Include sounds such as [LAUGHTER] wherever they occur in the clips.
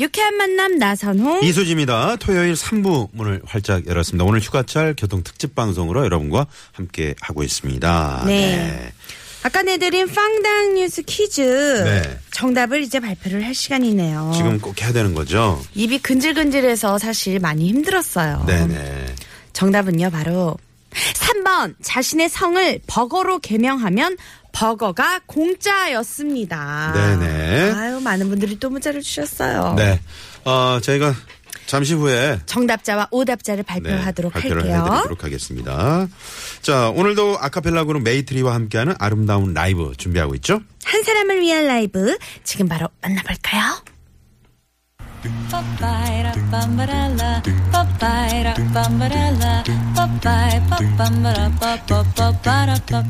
유쾌한 만남 나선홍 이수지입니다. 토요일 3부 문을 활짝 열었습니다. 오늘 휴가철 교통 특집 방송으로 여러분과 함께 하고 있습니다. 네. 아까 내드린 빵당 뉴스 퀴즈 네. 정답을 이제 발표를 할 시간이네요. 지금 꼭 해야 되는 거죠? 입이 근질근질해서 사실 많이 힘들었어요. 네네. 정답은요 바로 3번 자신의 성을 버거로 개명하면 버거가 공짜였습니다. 네네. 아유 많은 분들이 또 문자를 주셨어요. 네. 어, 저희가 잠시 후에 네, 정답자와 오답자를 발표하도록 발표를 할게요. 해드리도록 하겠습니다. 자, 오늘도 아카펠라 그룹 메이트리와 함께하는 아름다운 라이브 준비하고 있죠? 한 사람을 위한 라이브 지금 바로 만나볼까요? Papaya, papambarella, papaya, papambarella, papaya, papambara, papapapara, pap.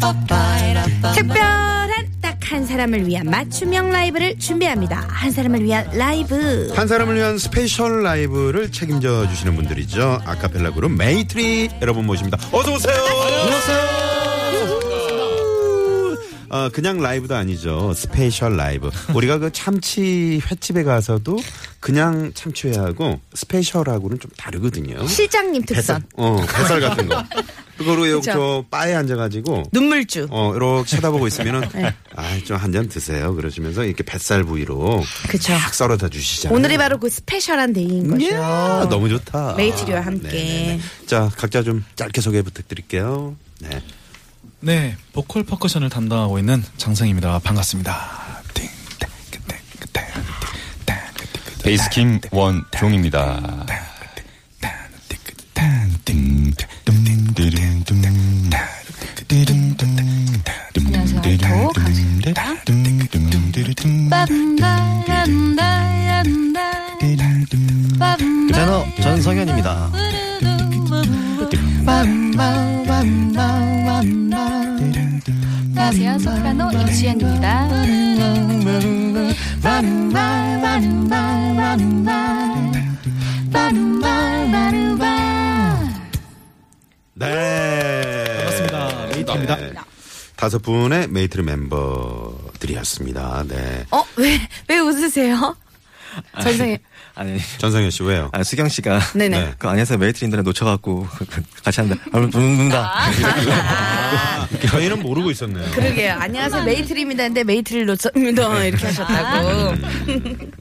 Papaya, papambara. 특별한 딱 한 사람을 위한 맞춤형 라이브를 준비합니다. 한 사람을 위한 라이브. 한 사람을 위한 스페셜 라이브를 책임져 주시는 분들이죠. 아카펠라 그룹 메이트리 여러분 모십니다. 어서 오세요. 안녕하세요. 어, 그냥 라이브도 아니죠. 스페셜 라이브. 우리가 그 참치 횟집에 가서도 그냥 참치회하고 스페셜하고는 좀 다르거든요. 실장님 특선. 어, 뱃살 같은 거. 그거로 요 그쵸. 저 바에 앉아가지고 눈물주. 어, 이렇게 쳐다보고 있으면은 네. 아, 좀 한 잔 드세요. 그러시면서 이렇게 뱃살 부위로 그쵸. 딱 썰어다 주시잖아요. 오늘이 바로 그 스페셜한 데이인 거죠. 예, 너무 좋다. 메이트리와 함께. 네네네. 자, 각자 좀 짧게 소개 부탁드릴게요. 네. 네, 보컬 퍼커션을 담당하고 있는 장성입니다. 반갑습니다. 띵, 땡, 그, 땡, 그, 땡, 그, 땡, 그, 땡, 그, 땡, 베이스 김원종입니다. 땡, 그, 땡, 땡, 그, 땡, 띵, 땡, 띵, 띵, 띵, 띵, 띵, 띵, 띵, 띵, 띵, 띵, 띵, 띵, 안녕하세요, 아이토 강수입니다. 빰바란다란다. 저는 전성현입니다. 안녕하세요, 소프라노 임수연입니다. 네. 반갑습니다. 메이트입니다. 다섯 분의 메이트리 멤버들이었습니다. 네. 어? 왜, 왜 웃으세요? 아. 전생에. 아니, 전성현 씨 왜요? 아 수경 씨가 네네. 네. 그 안에서 메이트린들에 놓쳐갖고 그, 같이 한다. 아, 부른다. [LAUGHS] 저희는 모르고 있었네요. 그러게요. 안녕하세요. 메이트리입니다인데 메이트리를 [LAUGHS] 놓쳤습니다. 이렇게 아. 하셨다고.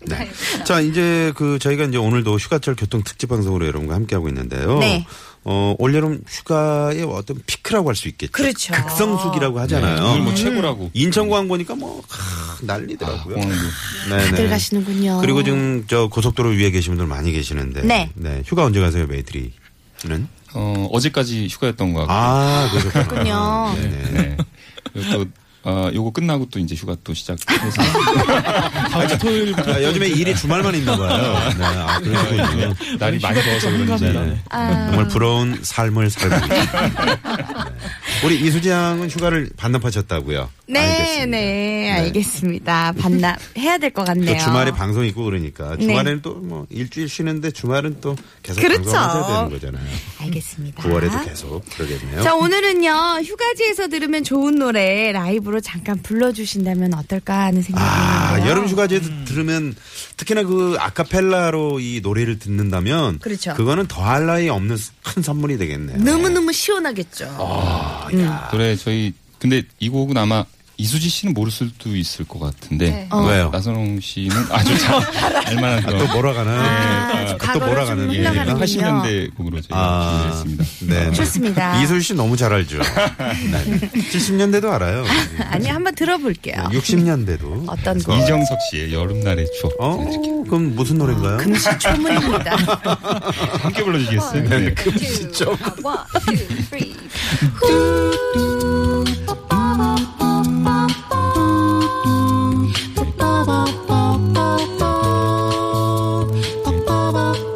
네. 자, 이제 그 저희가 이제 오늘도 휴가철 교통 특집 방송으로 여러분과 함께 하고 있는데요. 네. 어, 올여름 휴가의 어떤 피크라고 할 수 있겠죠. 그렇죠. 극성수기라고 하잖아요. 오늘 뭐 최고라고. 인천공항 보니까 뭐 하, 난리더라고요. 네네. 다들 가시는군요. 그리고 지금 저 고속도로 위에 계신 분들 많이 계시는데. 네. 휴가 언제 가세요, 메이트리는? 어, 어제까지 휴가였던 것 같고. 아, 그렇군요. 그러셨군요. 네네. 네. 그리고 또, 아, 요거 끝나고 또 이제 휴가 또 시작해서. 다음 주 토요일부터 그 아, 요즘에 일이 주말만 있는 거예요. 네, 아, 그러시군요. 날이 많이 더워서 그런지. 네네. 아. 정말 부러운 삶을 살고 있어요. 우리 이수지 양은 휴가를 반납하셨다고요? 네, 알겠습니다. 네, 알겠습니다. 반납 해야 될 것 또 같네요. 주말에 방송 있고 그러니까 주말에는 네. 또 뭐 일주일 쉬는데 주말은 또 계속 그렇죠. 방송하셔야 되는 거잖아요. 알겠습니다. 9월에도 계속 그러겠네요. 자, 오늘은요, 휴가지에서 들으면 좋은 노래 라이브로 잠깐 불러주신다면 어떨까 하는 생각이 아, 드는데요. 여름 휴가지에 음. 들으면 특히나 그 아카펠라로 이 노래를 듣는다면 그렇죠. 거는 더할 나위 없는 큰 선물이 되겠네요. 너무너무 시원하겠죠. 어, 그래, 저희, 근데 이 곡은 아마 이수지 씨는 모를 수도 있을 것 같은데. 어. 왜요? 나선홍 씨는 아주 잘, [LAUGHS] 알만한 아, 또 그런. 몰아가나? 아, 아, 또 과거를 몰아가는. 좀 예, 흘러가는군요. 80년대 곡으로 저희가 아, 준비했습니다. 네. 좋습니다. 이솔 씨 너무 잘 알죠. 네. [LAUGHS] 70년대도 알아요. 아니, 한번 들어볼게요. 60년대도. 어떤 곡? 이정석 씨의 여름날의 추억. 어, 네, 이렇게 그럼 무슨 아, 노래인가요? [LAUGHS] 금시초문입니다. 함께 불러주시겠어요? 네. 아, 빰빰빰빰빰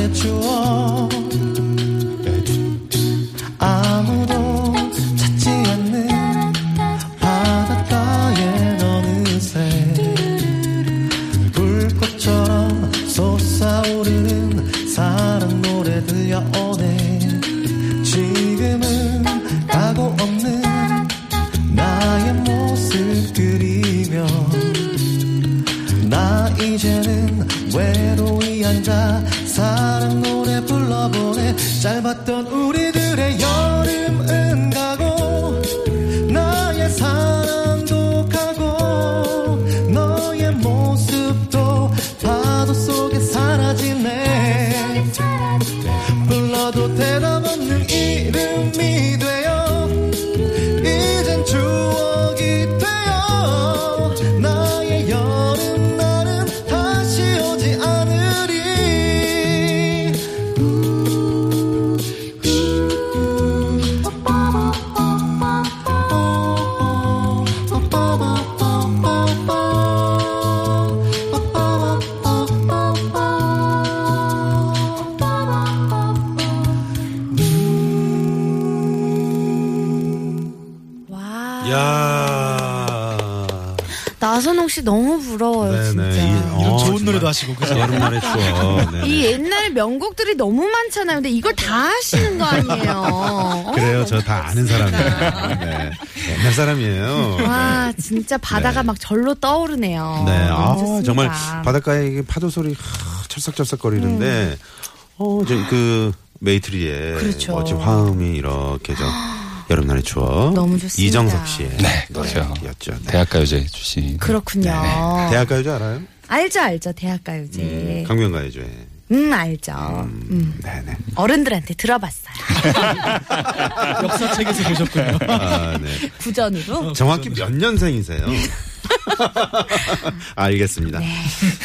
해줘 아무도 찾지 않는 바닷가에 어느새 불꽃처럼 솟아오르는 사랑 노래 들려오네 지금은 가고 없는 나의 모습 그리며 나 이제는 외로이 앉아 사랑 노래 불러보네 짧았던 우리들의 여름은 가고 나의 사랑도 가고 너의 모습도 파도 속에 사라지네 불러도 대답 없는 이름이 돼요 이젠 추억이 돼요 나의 여름날은 다시 오지 않으리 야 나선홍 씨 너무 부러워요, 아, 네, 진짜. 이런 좋은 노래도 하시고 그죠? 어, 여름날의 추억. 네네. 이 옛날 명곡들이 너무 많잖아요. 근데 이걸 다 하시는 거 아니에요. [LAUGHS] 그래요, 저 다 아는 사람이에요. 네. 옛날 사람이에요. 와, 진짜 바다가 막 절로 떠오르네요. 네, 아, 어, 좋습니다. 정말 바닷가에 이게 파도 소리 하, 찰싹찰싹 거리는데, 어, 저, 그 메이트리의 네. 그렇죠. 멋진 화음이 이렇게 [GASPS] 저 여름날의 추억. 너무 좋습니다. 이정석 씨의 네, 맞아요. 노래였죠. 네. 대학가요제 출신. 그렇군요. 대학가요제 알아요? 알죠, 알죠. 대학가요제. 음, 음, 강변가요제. 알죠. 음, 네네. 어른들한테 들어봤어요. 역사책에서 보셨군요. 아, 네. [LAUGHS] 구전으로. 정확히 몇 년생이세요? 알겠습니다.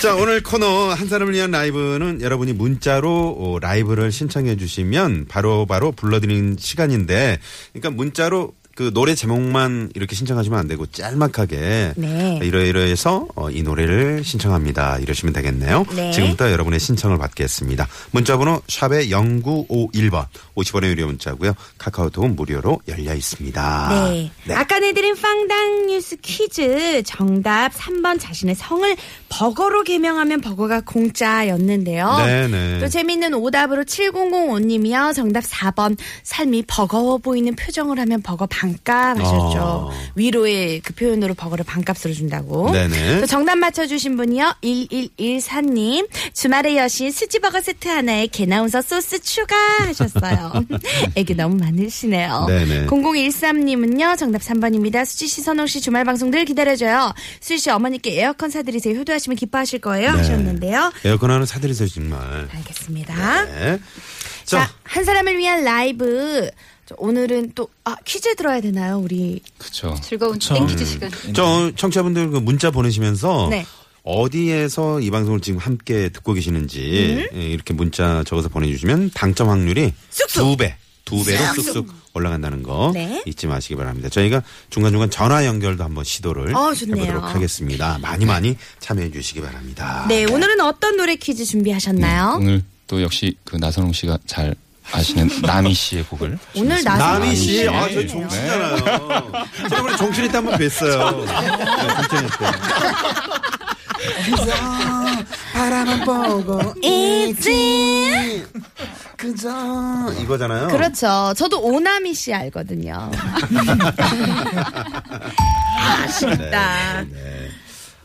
자, 오늘 코너 한 사람을 위한 라이브는 여러분이 문자로 어, 라이브를 신청해 주시면 바로바로 불러드리는 시간인데, 그러니까 문자로 그 노래 제목만 이렇게 신청하시면 안 되고 짤막하게 네. 이러이러해서 어, 이 노래를 신청합니다 이러시면 되겠네요. 네. 지금부터 여러분의 신청을 받겠습니다. 문자번호 샵의 0951번 50원의 유료 문자고요. 카카오톡은 무료로 열려 있습니다. 네. 아까 내드린 빵당 뉴스 퀴즈 정답 3번 자신의 성을 버거로 개명하면 버거가 공짜였는데요. 네네. 또 재밌는 오답으로 7005님이요. 정답 4번 삶이 버거워 보이는 표정을 하면 버거 반값 하셨죠. 어. 위로의 그 표현으로 버거를 반값으로 준다고. 네네. 또 정답 맞춰주신 분이요. 1114님. 주말의 여신 스지버거 세트 하나에 개나운서 소스 추가 [LAUGHS] 하셨어요. 애기 너무 많으시네요. 네네. 0013님은요. 정답 3번입니다. 수지 씨, 선홍 씨 주말 방송들 기다려줘요. 수지 씨 어머니께 에어컨 사드리세요. 효도하시면 기뻐하실 네. 거예요. 하셨는데요. 에어컨 하나 사드리세요 정말. 알겠습니다. 네. 자, 자, 한 사람을 위한 라이브. 저 오늘은 또, 아, 퀴즈 들어야 되나요, 우리? 그렇죠. 즐거운 그쵸. 땡기지 시간. 저 청취자분들 그 문자 보내시면서 네. 어디에서 이 방송을 지금 함께 듣고 계시는지 음. 예, 이렇게 문자 적어서 보내주시면 당첨 확률이 두 배, 두 배로 쑥쑥 올라간다는 거 네. 잊지 마시기 바랍니다. 저희가 중간 중간 전화 연결도 한번 시도를 어, 좋네요. 해보도록 하겠습니다. 많이 많이 참여해 주시기 바랍니다. 네, 오늘은 어떤 노래 퀴즈 준비하셨나요? 어? 음, 오늘 또 역시 그 나선홍 씨가 잘 아시는 [LAUGHS] 남희 씨의 곡을. 오늘 준비했습니다. 나선홍 남희 씨, 씨. 아, 저 네. 종신이잖아요. 저번에 종신이 때 한번 뵀어요. 네, 종신이 때. 그저 바라만 보고 있지 그저 이거잖아요. 그렇죠. 저도 오나미 씨 알거든요. 네. 아쉽다.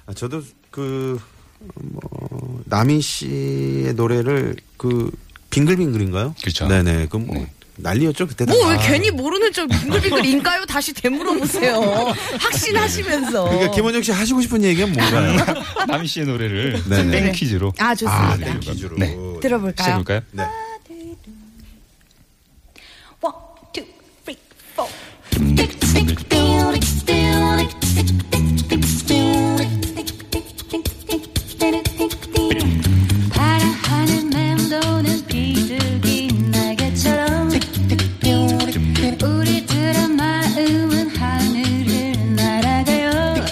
아, 저도 그, 뭐, 남희 씨의 노래를 그, 빙글빙글인가요? 그렇죠. 네네. 그 뭐, 네. 난리였죠, 그때 다. 뭐 왜 아. 괜히 모르는 척 빙글빙글인가요? 다시 [LAUGHS] 되물어보세요. 확신하시면서. 그러니까 김원정 씨 하시고 싶은 얘기는 뭔가요? 남희 씨의 노래를 네네. 땡퀴즈로. 아 좋습니다. 네. 퀴즈로. 네. 들어볼까요? 시작해볼까요? 네. One, two, three, four. 바라하는 맴도는 비둘기 날개처럼 우리들의 마음은 하늘을 날아가요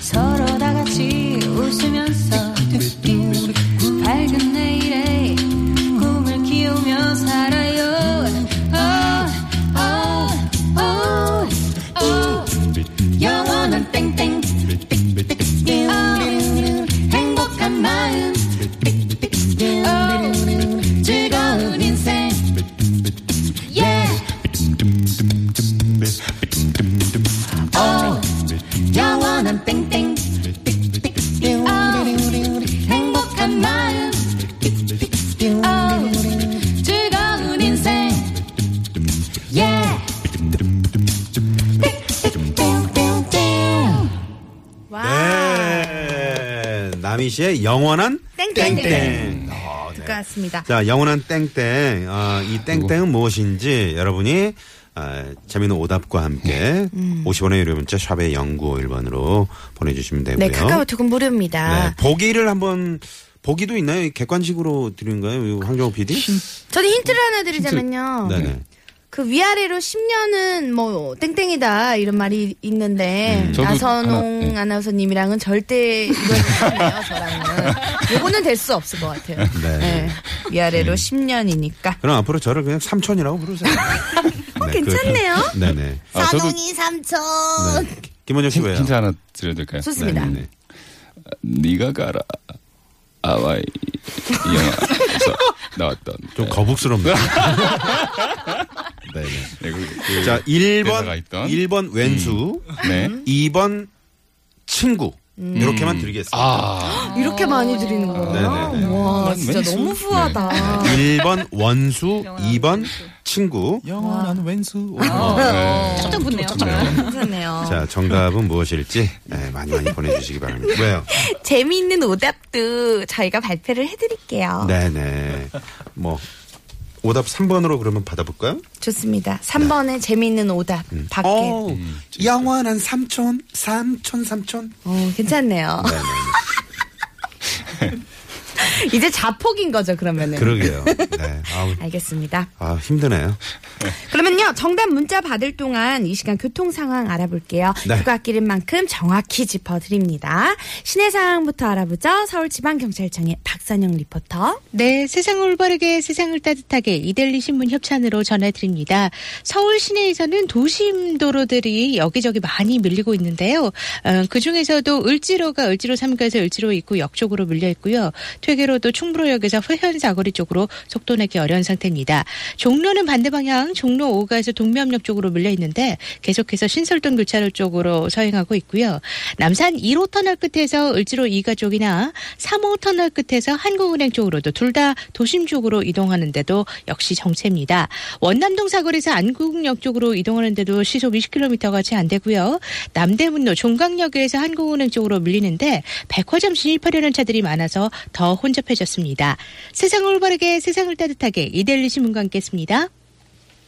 서로 다 같이 웃으면서 밝은 내일에 네. 아. 남희 씨의 영원한 땡땡. 어, 네. 듣고 왔습니다. 자, 영원한 땡땡. 어, 이 땡땡은 무엇인지 여러분이 아, 재미있는 오답과 네. 함께 음. 50원의 유료 문자 샵의 0951번으로 보내주시면 되고요. 네, 카카오톡은 무료입니다. 네, 보기를 한번 보기도 있나요? 이 객관식으로 드리는가요? 이 황정호 PD? 저는 힌트를 하나 드리자면요. 네네. 그 위아래로 10년은 뭐 땡땡이다 이런 말이 있는데 저도 나선홍 하나, 네. 아나운서님이랑은 절대 이건 못하네요 저랑은 요거는 될 수 없을 것 같아요. 네. 네. 위아래로 10년이니까 그럼 앞으로 저를 그냥 [LAUGHS] 삼촌이라고 부르세요. 네, 어, 괜찮네요. 그렇게. 네네. 아, 저도 삼촌 네. 김원영 씨 왜요? 힌트 하나 드려야 될까요? 좋습니다. 네. 네가 가라. 아와이 이 [LAUGHS] 영화에서 나왔던 좀 거북스럽네요. 네네. 네, 그- 그- [LAUGHS] 대사가 자, 1번, 있던. 1번 왼수, 네. 2번 친구. 음. 이렇게만 드리겠습니다. 음. 아, 이렇게 많이 드리는 거예요? 네네네. 와 난 진짜 왠지 너무 수- 후하다. 네. 1번 원수, 2번 친구. 영원한 어, 왼수. 쫙쫙 붙네요. 괜찮네요. 자, 정답은 무엇일지 네, 많이 많이 보내주시기 바랍니다. 왜요? 재미있는 오답도 저희가 발표를 해드릴게요. 네네. 뭐, 오답 3번으로 그러면 받아볼까요? 좋습니다. 3번의 재미있는 오답 밖에. 어, 어, 영원한 삼촌, 삼촌, 삼촌. 어, 괜찮네요. [LAUGHS] 이제 자폭인 거죠, 그러면은. 그러게요. 네. 아우, 알겠습니다. 아, 힘드네요. 그러면요, 정답 문자 받을 동안 이 시간 교통 상황 알아볼게요. 네. 휴가 길인 만큼 정확히 짚어드립니다. 시내 상황부터 알아보죠. 서울지방경찰청의 박선영 리포터. 네, 세상을 올바르게 세상을 따뜻하게 이데일리 신문 협찬으로 전해드립니다. 서울 시내에서는 도심 도로들이 여기저기 많이 밀리고 있는데요. 그 중에서도 을지로가 을지로 3구에서 을지로 입구 역 쪽으로 밀려 있고요. 퇴계로도 충무로역에서 회현 사거리 쪽으로 속도 내기 어려운 상태입니다. 종로는 반대 방향 종로 5가에서 동묘역 쪽으로 밀려 있는데 계속해서 신설동 교차로 쪽으로 서행하고 있고요. 남산 1호 터널 끝에서 을지로 2가 쪽이나 3호 터널 끝에서 한국은행 쪽으로도 둘 다 도심 쪽으로 이동하는데도 역시 정체입니다. 원남동 사거리에서 안국역 쪽으로 이동하는데도 시속 20km가 채 안 되고요. 남대문로 종강역에서 한국은행 쪽으로 밀리는데 백화점 진입하려는 차들이 많아서 더 혼잡해졌습니다. 세상을 올바르게 세상을 따뜻하게 이데일리 신문과 함께했습니다.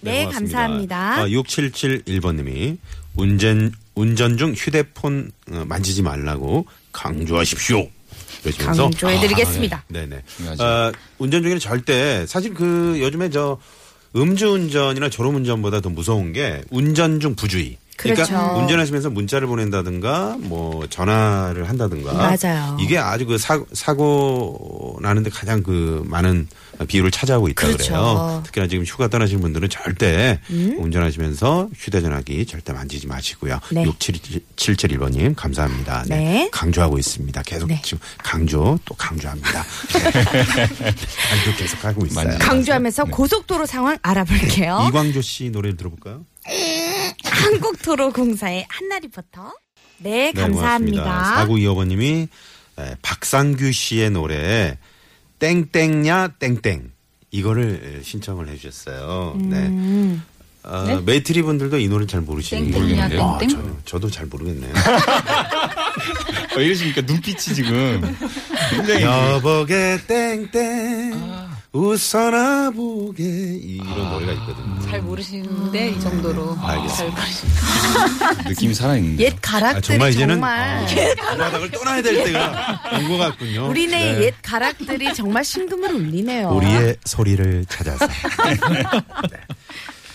네, 고맙습니다. 감사합니다. 아, 6771번님이 운전, 운전 중 휴대폰 어, 만지지 말라고 강조하십시오. 그러시면서 아, 강조해드리겠습니다. 네네. 중요하죠. 어, 운전 중에는 절대 사실 그 요즘에 저 음주운전이나 졸음운전보다 더 무서운 게 운전 중 부주의. 그러니까 그렇죠. 운전하시면서 문자를 보낸다든가 뭐 전화를 한다든가 맞아요. 이게 아주 그 사, 사고 나는데 가장 그 많은 비율을 차지하고 있다 그렇죠. 그래요 특히나 지금 휴가 떠나시는 분들은 절대 음? 운전하시면서 휴대전화기 절대 만지지 마시고요. 네. 67771번님 감사합니다. 네. 네. 강조하고 있습니다. 계속 네. 지금 강조 [LAUGHS] 또 강조합니다. 네. [LAUGHS] 강조 계속 하고 있어요. 만지- 강조하면서 고속도로 상황 알아볼게요. 이광조 씨 노래를 들어볼까요? 한국도로공사의 한나 리포터. 네, 감사합니다. 4925번님이 박상규 씨의 노래 땡땡냐 땡땡 이거를 신청을 해주셨어요. 네. 어, 메이트리 분들도 이 노래 잘 모르시는 땡땡냐 모르겠는데요. 아, 땡땡? 저, 저도 잘 모르겠네요. 어, 이러시니까 눈빛이 지금 [LAUGHS] 굉장히 여보게 땡땡 웃어나 보게 이- 이런 노래가 있거든요. 아, 잘 모르시는데 이 음. 정도로 잘 모르시는. 느낌이 살아있는데. 예. 옛 가락들이 아, 정말, 정말 이제는 아, 바닥을 떠나야 될 때가 온 것 같군요. 우리네 네. 옛 가락들이 정말 심금을 울리네요. 우리의 소리를 [LAUGHS] 찾아서. 네.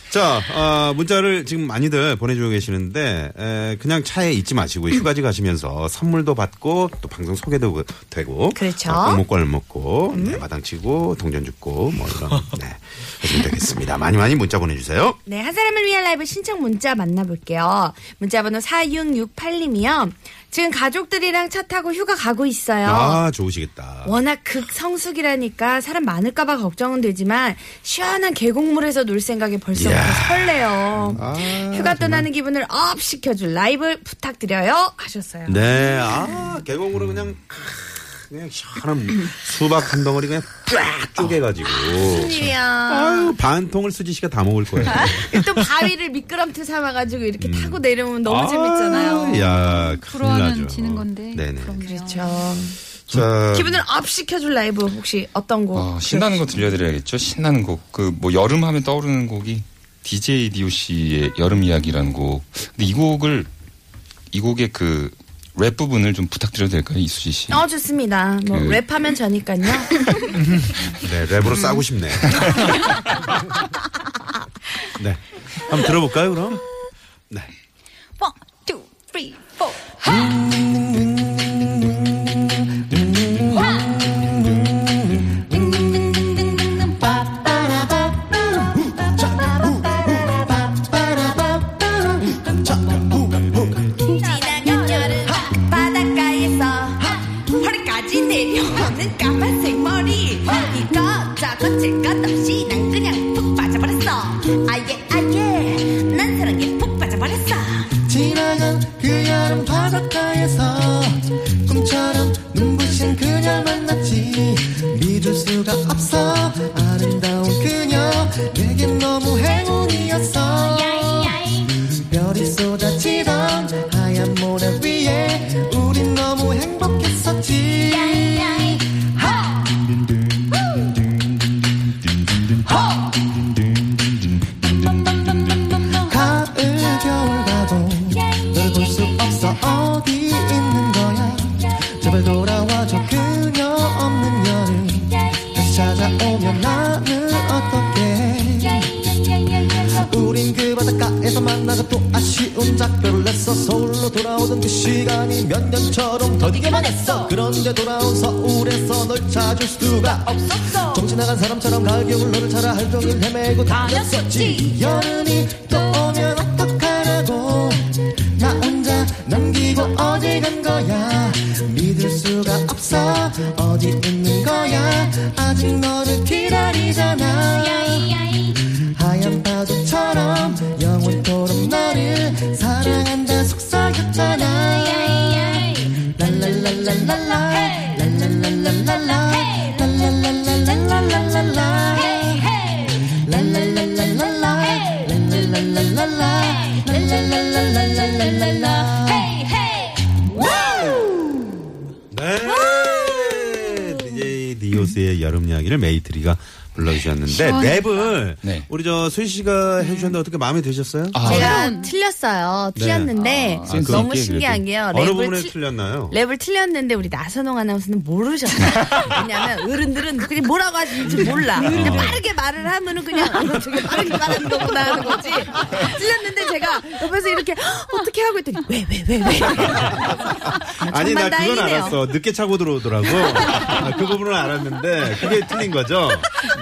자, 어, 문자를 지금 많이들 보내주고 계시는데, 에, 그냥 차에 있지 마시고, 휴가지 가시면서 선물도 받고, 또 방송 소개도 그, 되고, 그렇죠. 음. 어, 골목골 먹고, 네, 마당치고, 동전 줍고, 뭐 이런, 네. 하시면 되겠습니다. 많이 많이 문자 보내주세요. 네, 한 사람을 위한 라이브 신청 문자 만나볼게요. 문자번호 4668님이요. 지금 가족들이랑 차 타고 휴가 가고 있어요. 아, 좋으시겠다. 워낙 극성숙이라니까 사람 많을까봐 걱정은 되지만 시원한 계곡물에서 놀 생각에 벌써부터 이야. 아, 설레요. 휴가 떠나는 기분을 업 시켜줄 라이브 부탁드려요. 하셨어요. 네, 아, 계곡으로 그냥, 그냥 시원한 수박 한 덩어리 그냥 쫙 쪼개가지고. 아, 그렇죠. 큰일이야. 아유, 반통을 수지 씨가 다 먹을 거예요. 아, 또 바위를 미끄럼틀 삼아가지고 이렇게 타고 내려오면 너무 아, 재밌잖아요. 야, 큰일 불어하면 나죠. 지는 건데. 네네. 그럼요. 그렇죠. 자, 기분을 업 시켜줄 라이브 혹시 어떤 곡? 아, 신나는 거 들려드려야겠죠? 신나는 곡. 그, 뭐, 여름 하면 떠오르는 곡이 DJ DOC의 여름 이야기라는 곡. 근데 이 곡을, 이 곡의 그, 랩 부분을 좀 부탁드려도 될까요, 이수지 씨? 어 좋습니다. 뭐 그- 랩하면 저니까요. 네, 음. 랩으로 싸고 [LAUGHS] 싶네. 네. 한번 들어볼까요, 그럼? 네. One, two, three, four. 지나간 여름 바닷가에서 허리까지 내려오는 까만색 머리 이것저것 질것 없이 난 그냥 푹 빠져버렸어 아예 아예 난 사랑에 푹 빠져버렸어 지나간 그 여름 바닷가에서 꿈처럼 눈부신 그녀 만났지 믿을 수가 없어 아름다운 그녀 내겐 너무 행운이었어 별이 쏟아지던 하얀 모래 위에 우린 너무 행복했었지 하! 하! 가을 겨울 가도 널 볼 수 없어 어디 있는 거야 제발 돌아와줘 그녀 없는 여름 다시 찾아오면 나는 어떻게 해 우린 그 바닷가에서 만나서 또 아쉬운 작별을 냈어 서울로 돌아오던 그 시간이 몇 년처럼 더디게만 했어 그런데 돌아온 서울에서 널 찾을 수가 없었어 정신나간 사람처럼 가을 겨울 너를 찾아 하루 종일 헤매고 다녔었지 여름이 또 오면 어떡하라고 나 혼자 남기고 어디 간 거야 믿을 수가 없어 어디 있는 거야 아직 너를 기다리잖아 하얀 파도처럼 영원토록 너를 사랑한다 속삭였잖아 랄랄랄랄랄라 아, 랄랄랄랄랄라 랄랄랄랄랄랄라 랄랄랄랄랄라 랄랄랄랄랄라 랄랄랄랄랄랄라 네. DJ 디오스의 여름 이야기를 메이트리가 불러주셨는데 랩을 네. 우리 저 수희 씨가 해주셨는데 어떻게 마음에 드셨어요? 아, 제가 틀렸어요. 네. 틀렸는데 아, 센스 너무 있게 신기한 게요. 어느 부분에 랩을, 틀, 틀렸나요? 랩을 틀렸는데 우리 나선홍 아나운서는 모르셨어요. [LAUGHS] 왜냐하면 어른들은 그냥 뭐라고 하시는지 몰라. 음. 근데 빠르게 말을 하면은 그냥 어, 되게 빠르게 말하는 거구나 하는 거지. 틀렸는데 제가 옆에서 이렇게 어떻게 하고 있더니 왜 왜 왜 왜, 정말 아니 나 그건 다행이네요. 알았어. 늦게 차고 들어오더라고. 아, 그 부분은 알았는데 그게 틀린 거죠.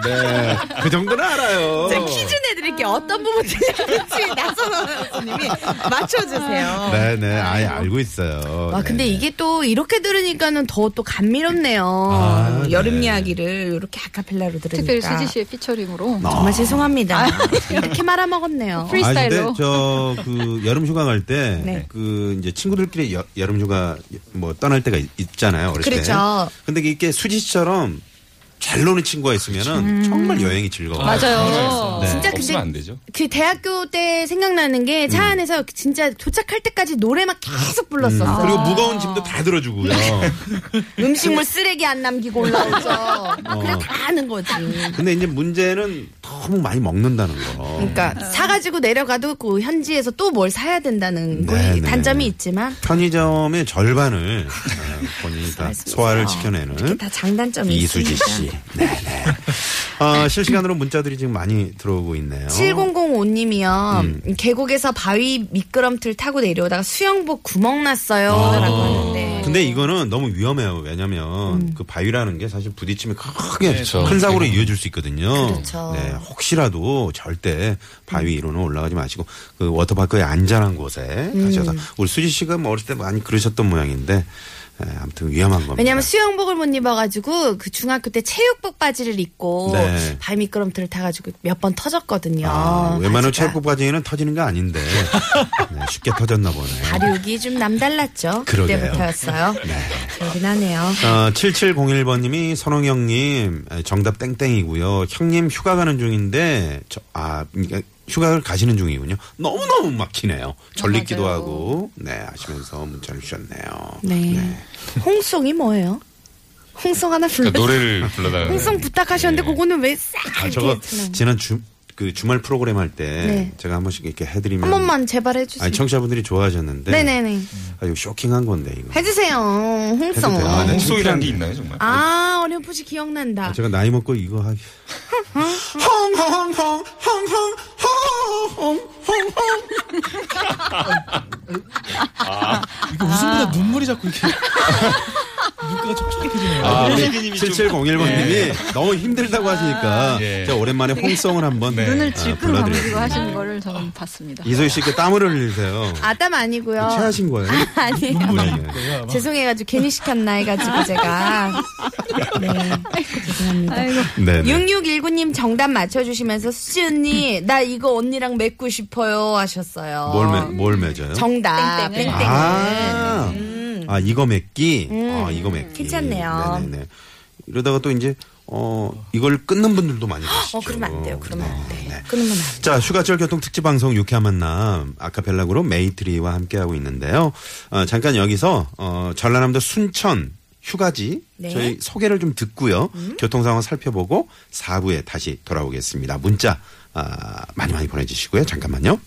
네, 그 정도는 알아요. 제가 퀴즈 내드릴게요. 어떤 부분 틀렸는지 나선홍 아나운서님이 맞춰주세요. 네네, 아예 알고 있어요. 와, 아, 근데 네. 이게 또 이렇게 들으니까는 더 또 감미롭네요. 음, 아, 네. 여름 이야기를 이렇게 아카펠라로 들으니까. 아, 특별히 수지 그 씨의 피처링으로 정말 죄송합니다. 이렇게 말아먹었네요. 아, 근데 프리스타일로 저, 그, 여름 휴가 갈 때, 네. 그, 이제 친구들끼리 여, 름 휴가 뭐 떠날 때가 있, 잖아요 어릴 때. 그렇죠. 근데 이게 수지 씨처럼 잘 노는 친구가 있으면은 정말 여행이 즐거워요. 맞아요. 네. 음. 진짜 근데 없으면 안 되죠. 그 대학교 때 생각나는 게 차 음. 안에서 진짜 도착할 때까지 노래만 계속 불렀었어. 음. 그리고 뭐- 아. 무거운 짐도 다 들어주고요. 음식물 쓰레기 안 남기고 올라오죠. 어. 그래 다 하는 거지. 근데 이제 문제는 너무 많이 먹는다는 거. 그러니까 사가지고 내려가도 그 현지에서 또 뭘 사야 된다는 뭐 네, 이 네. 단점이 있지만 편의점의 절반을 어, 본인이 다 소화를 지켜내는 다 장단점이 이수지 있습니다. 씨. 네네. 아, 실시간으로 문자들이 지금 많이 들어오고 있네요. 7005님이요. 음. 계곡에서 바위 미끄럼틀 타고 내려오다가 수영복 구멍 났어요. 아. 라고 하는데. 근데 이거는 너무 위험해요. 왜냐면 음. 그 바위라는 게 사실 부딪히면 크게 그렇죠. 큰 사고로 이어질 수 있거든요. 그렇죠. 음. 네, 혹시라도 절대 바위 위로는 올라가지 마시고 그 워터파크의 안전한 곳에 가셔서 음. 우리 수지 씨가 뭐 어렸을 때 많이 그러셨던 모양인데 에, 아무튼 위험한 겁니다. 왜냐면 수영복을 못 입어가지고 그 중학교 때 체육복 바지를 입고 네. 바위 미끄럼틀을 타가지고 몇 번 터졌거든요. 아, 바지가. 웬만한 체육복 바지는 터지는 거 아닌데 네, 쉽게 터졌나 보네. 발육이 좀 남달랐죠. 그러게요. 네. 그때부터였어요. 그러긴 하네요. 어, 7701번님이 선홍형님 에, 정답 땡땡이고요. 형님 휴가 가는 중인데 저, 아 그러니까 휴가를 가시는 중이군요. 너무 너무 막히네요. 절리기도 맞아요. 하고 네 하시면서 문자를 주셨네요. 네. 홍송이 뭐예요? 홍성 하나 불러. 그러니까 노래를 불러달라고 홍성 그래요. 부탁하셨는데 그거는 왜 싹. 아, 이렇게 저거 해주나. 지난 주, 그 주말 프로그램 할 때 네. 제가 한 번씩 이렇게 해드리면 한 번만 제발 해주세요. 아니 청취자분들이 좋아하셨는데 네네네. 아, 이거 쇼킹한 건데 이거. 해주세요. 홍성. 해도 돼요? 아, 아, 네. 홍성이라는 게 있나요 정말? 어렴풋이 기억난다. 아, 제가 나이 먹고 이거 하기. 홍홍홍 홍홍 홍홍홍 이거 웃음보다 눈물이 자꾸 이렇게 [LAUGHS] 눈가가 촉촉해지네요. Ah, 아, 우리 7701번님이 너무 힘들다고 하시니까 예. 제가 오랜만에 네. 홍성을 한번 네. 눈을 아, 질끈 불러드려요. 감기고 하시는 거를 저는 봤습니다. 이소희 씨께 땀을 흘리세요. 아담 아니고요. 체하신 거예요? 아니. 요 네. [LAUGHS] 죄송해가지고 괜히 시켰나 해가지고 제가 네 죄송합니다 아이고. 네. 네. 6619님 정답 맞춰주시면서 수지 언니 나 이거 언니랑 맺고 싶어요 하셨어요 뭘, 매, 뭘 맺어요? 정답 땡땡을. 땡땡을 아, 아 이거 맺기. 아 이거 맺기. 음. 괜찮네요. 네네네. 이러다가 또 이제 어 이걸 끊는 분들도 많이 계시죠. 어 그러면 안 돼요 그러면 안 네, 네. 돼 그러면 안 돼. 자, 휴가철 교통 특집 방송 유쾌한 만남 아카펠라 그룹 메이트리와 함께하고 있는데요. 어, 잠깐 여기서 어, 전라남도 순천 휴가지 네. 저희 소개를 좀 듣고요. 교통 상황 살펴보고 4부에 다시 돌아오겠습니다. 문자 아, 많이 많이 보내주시고요. 잠깐만요.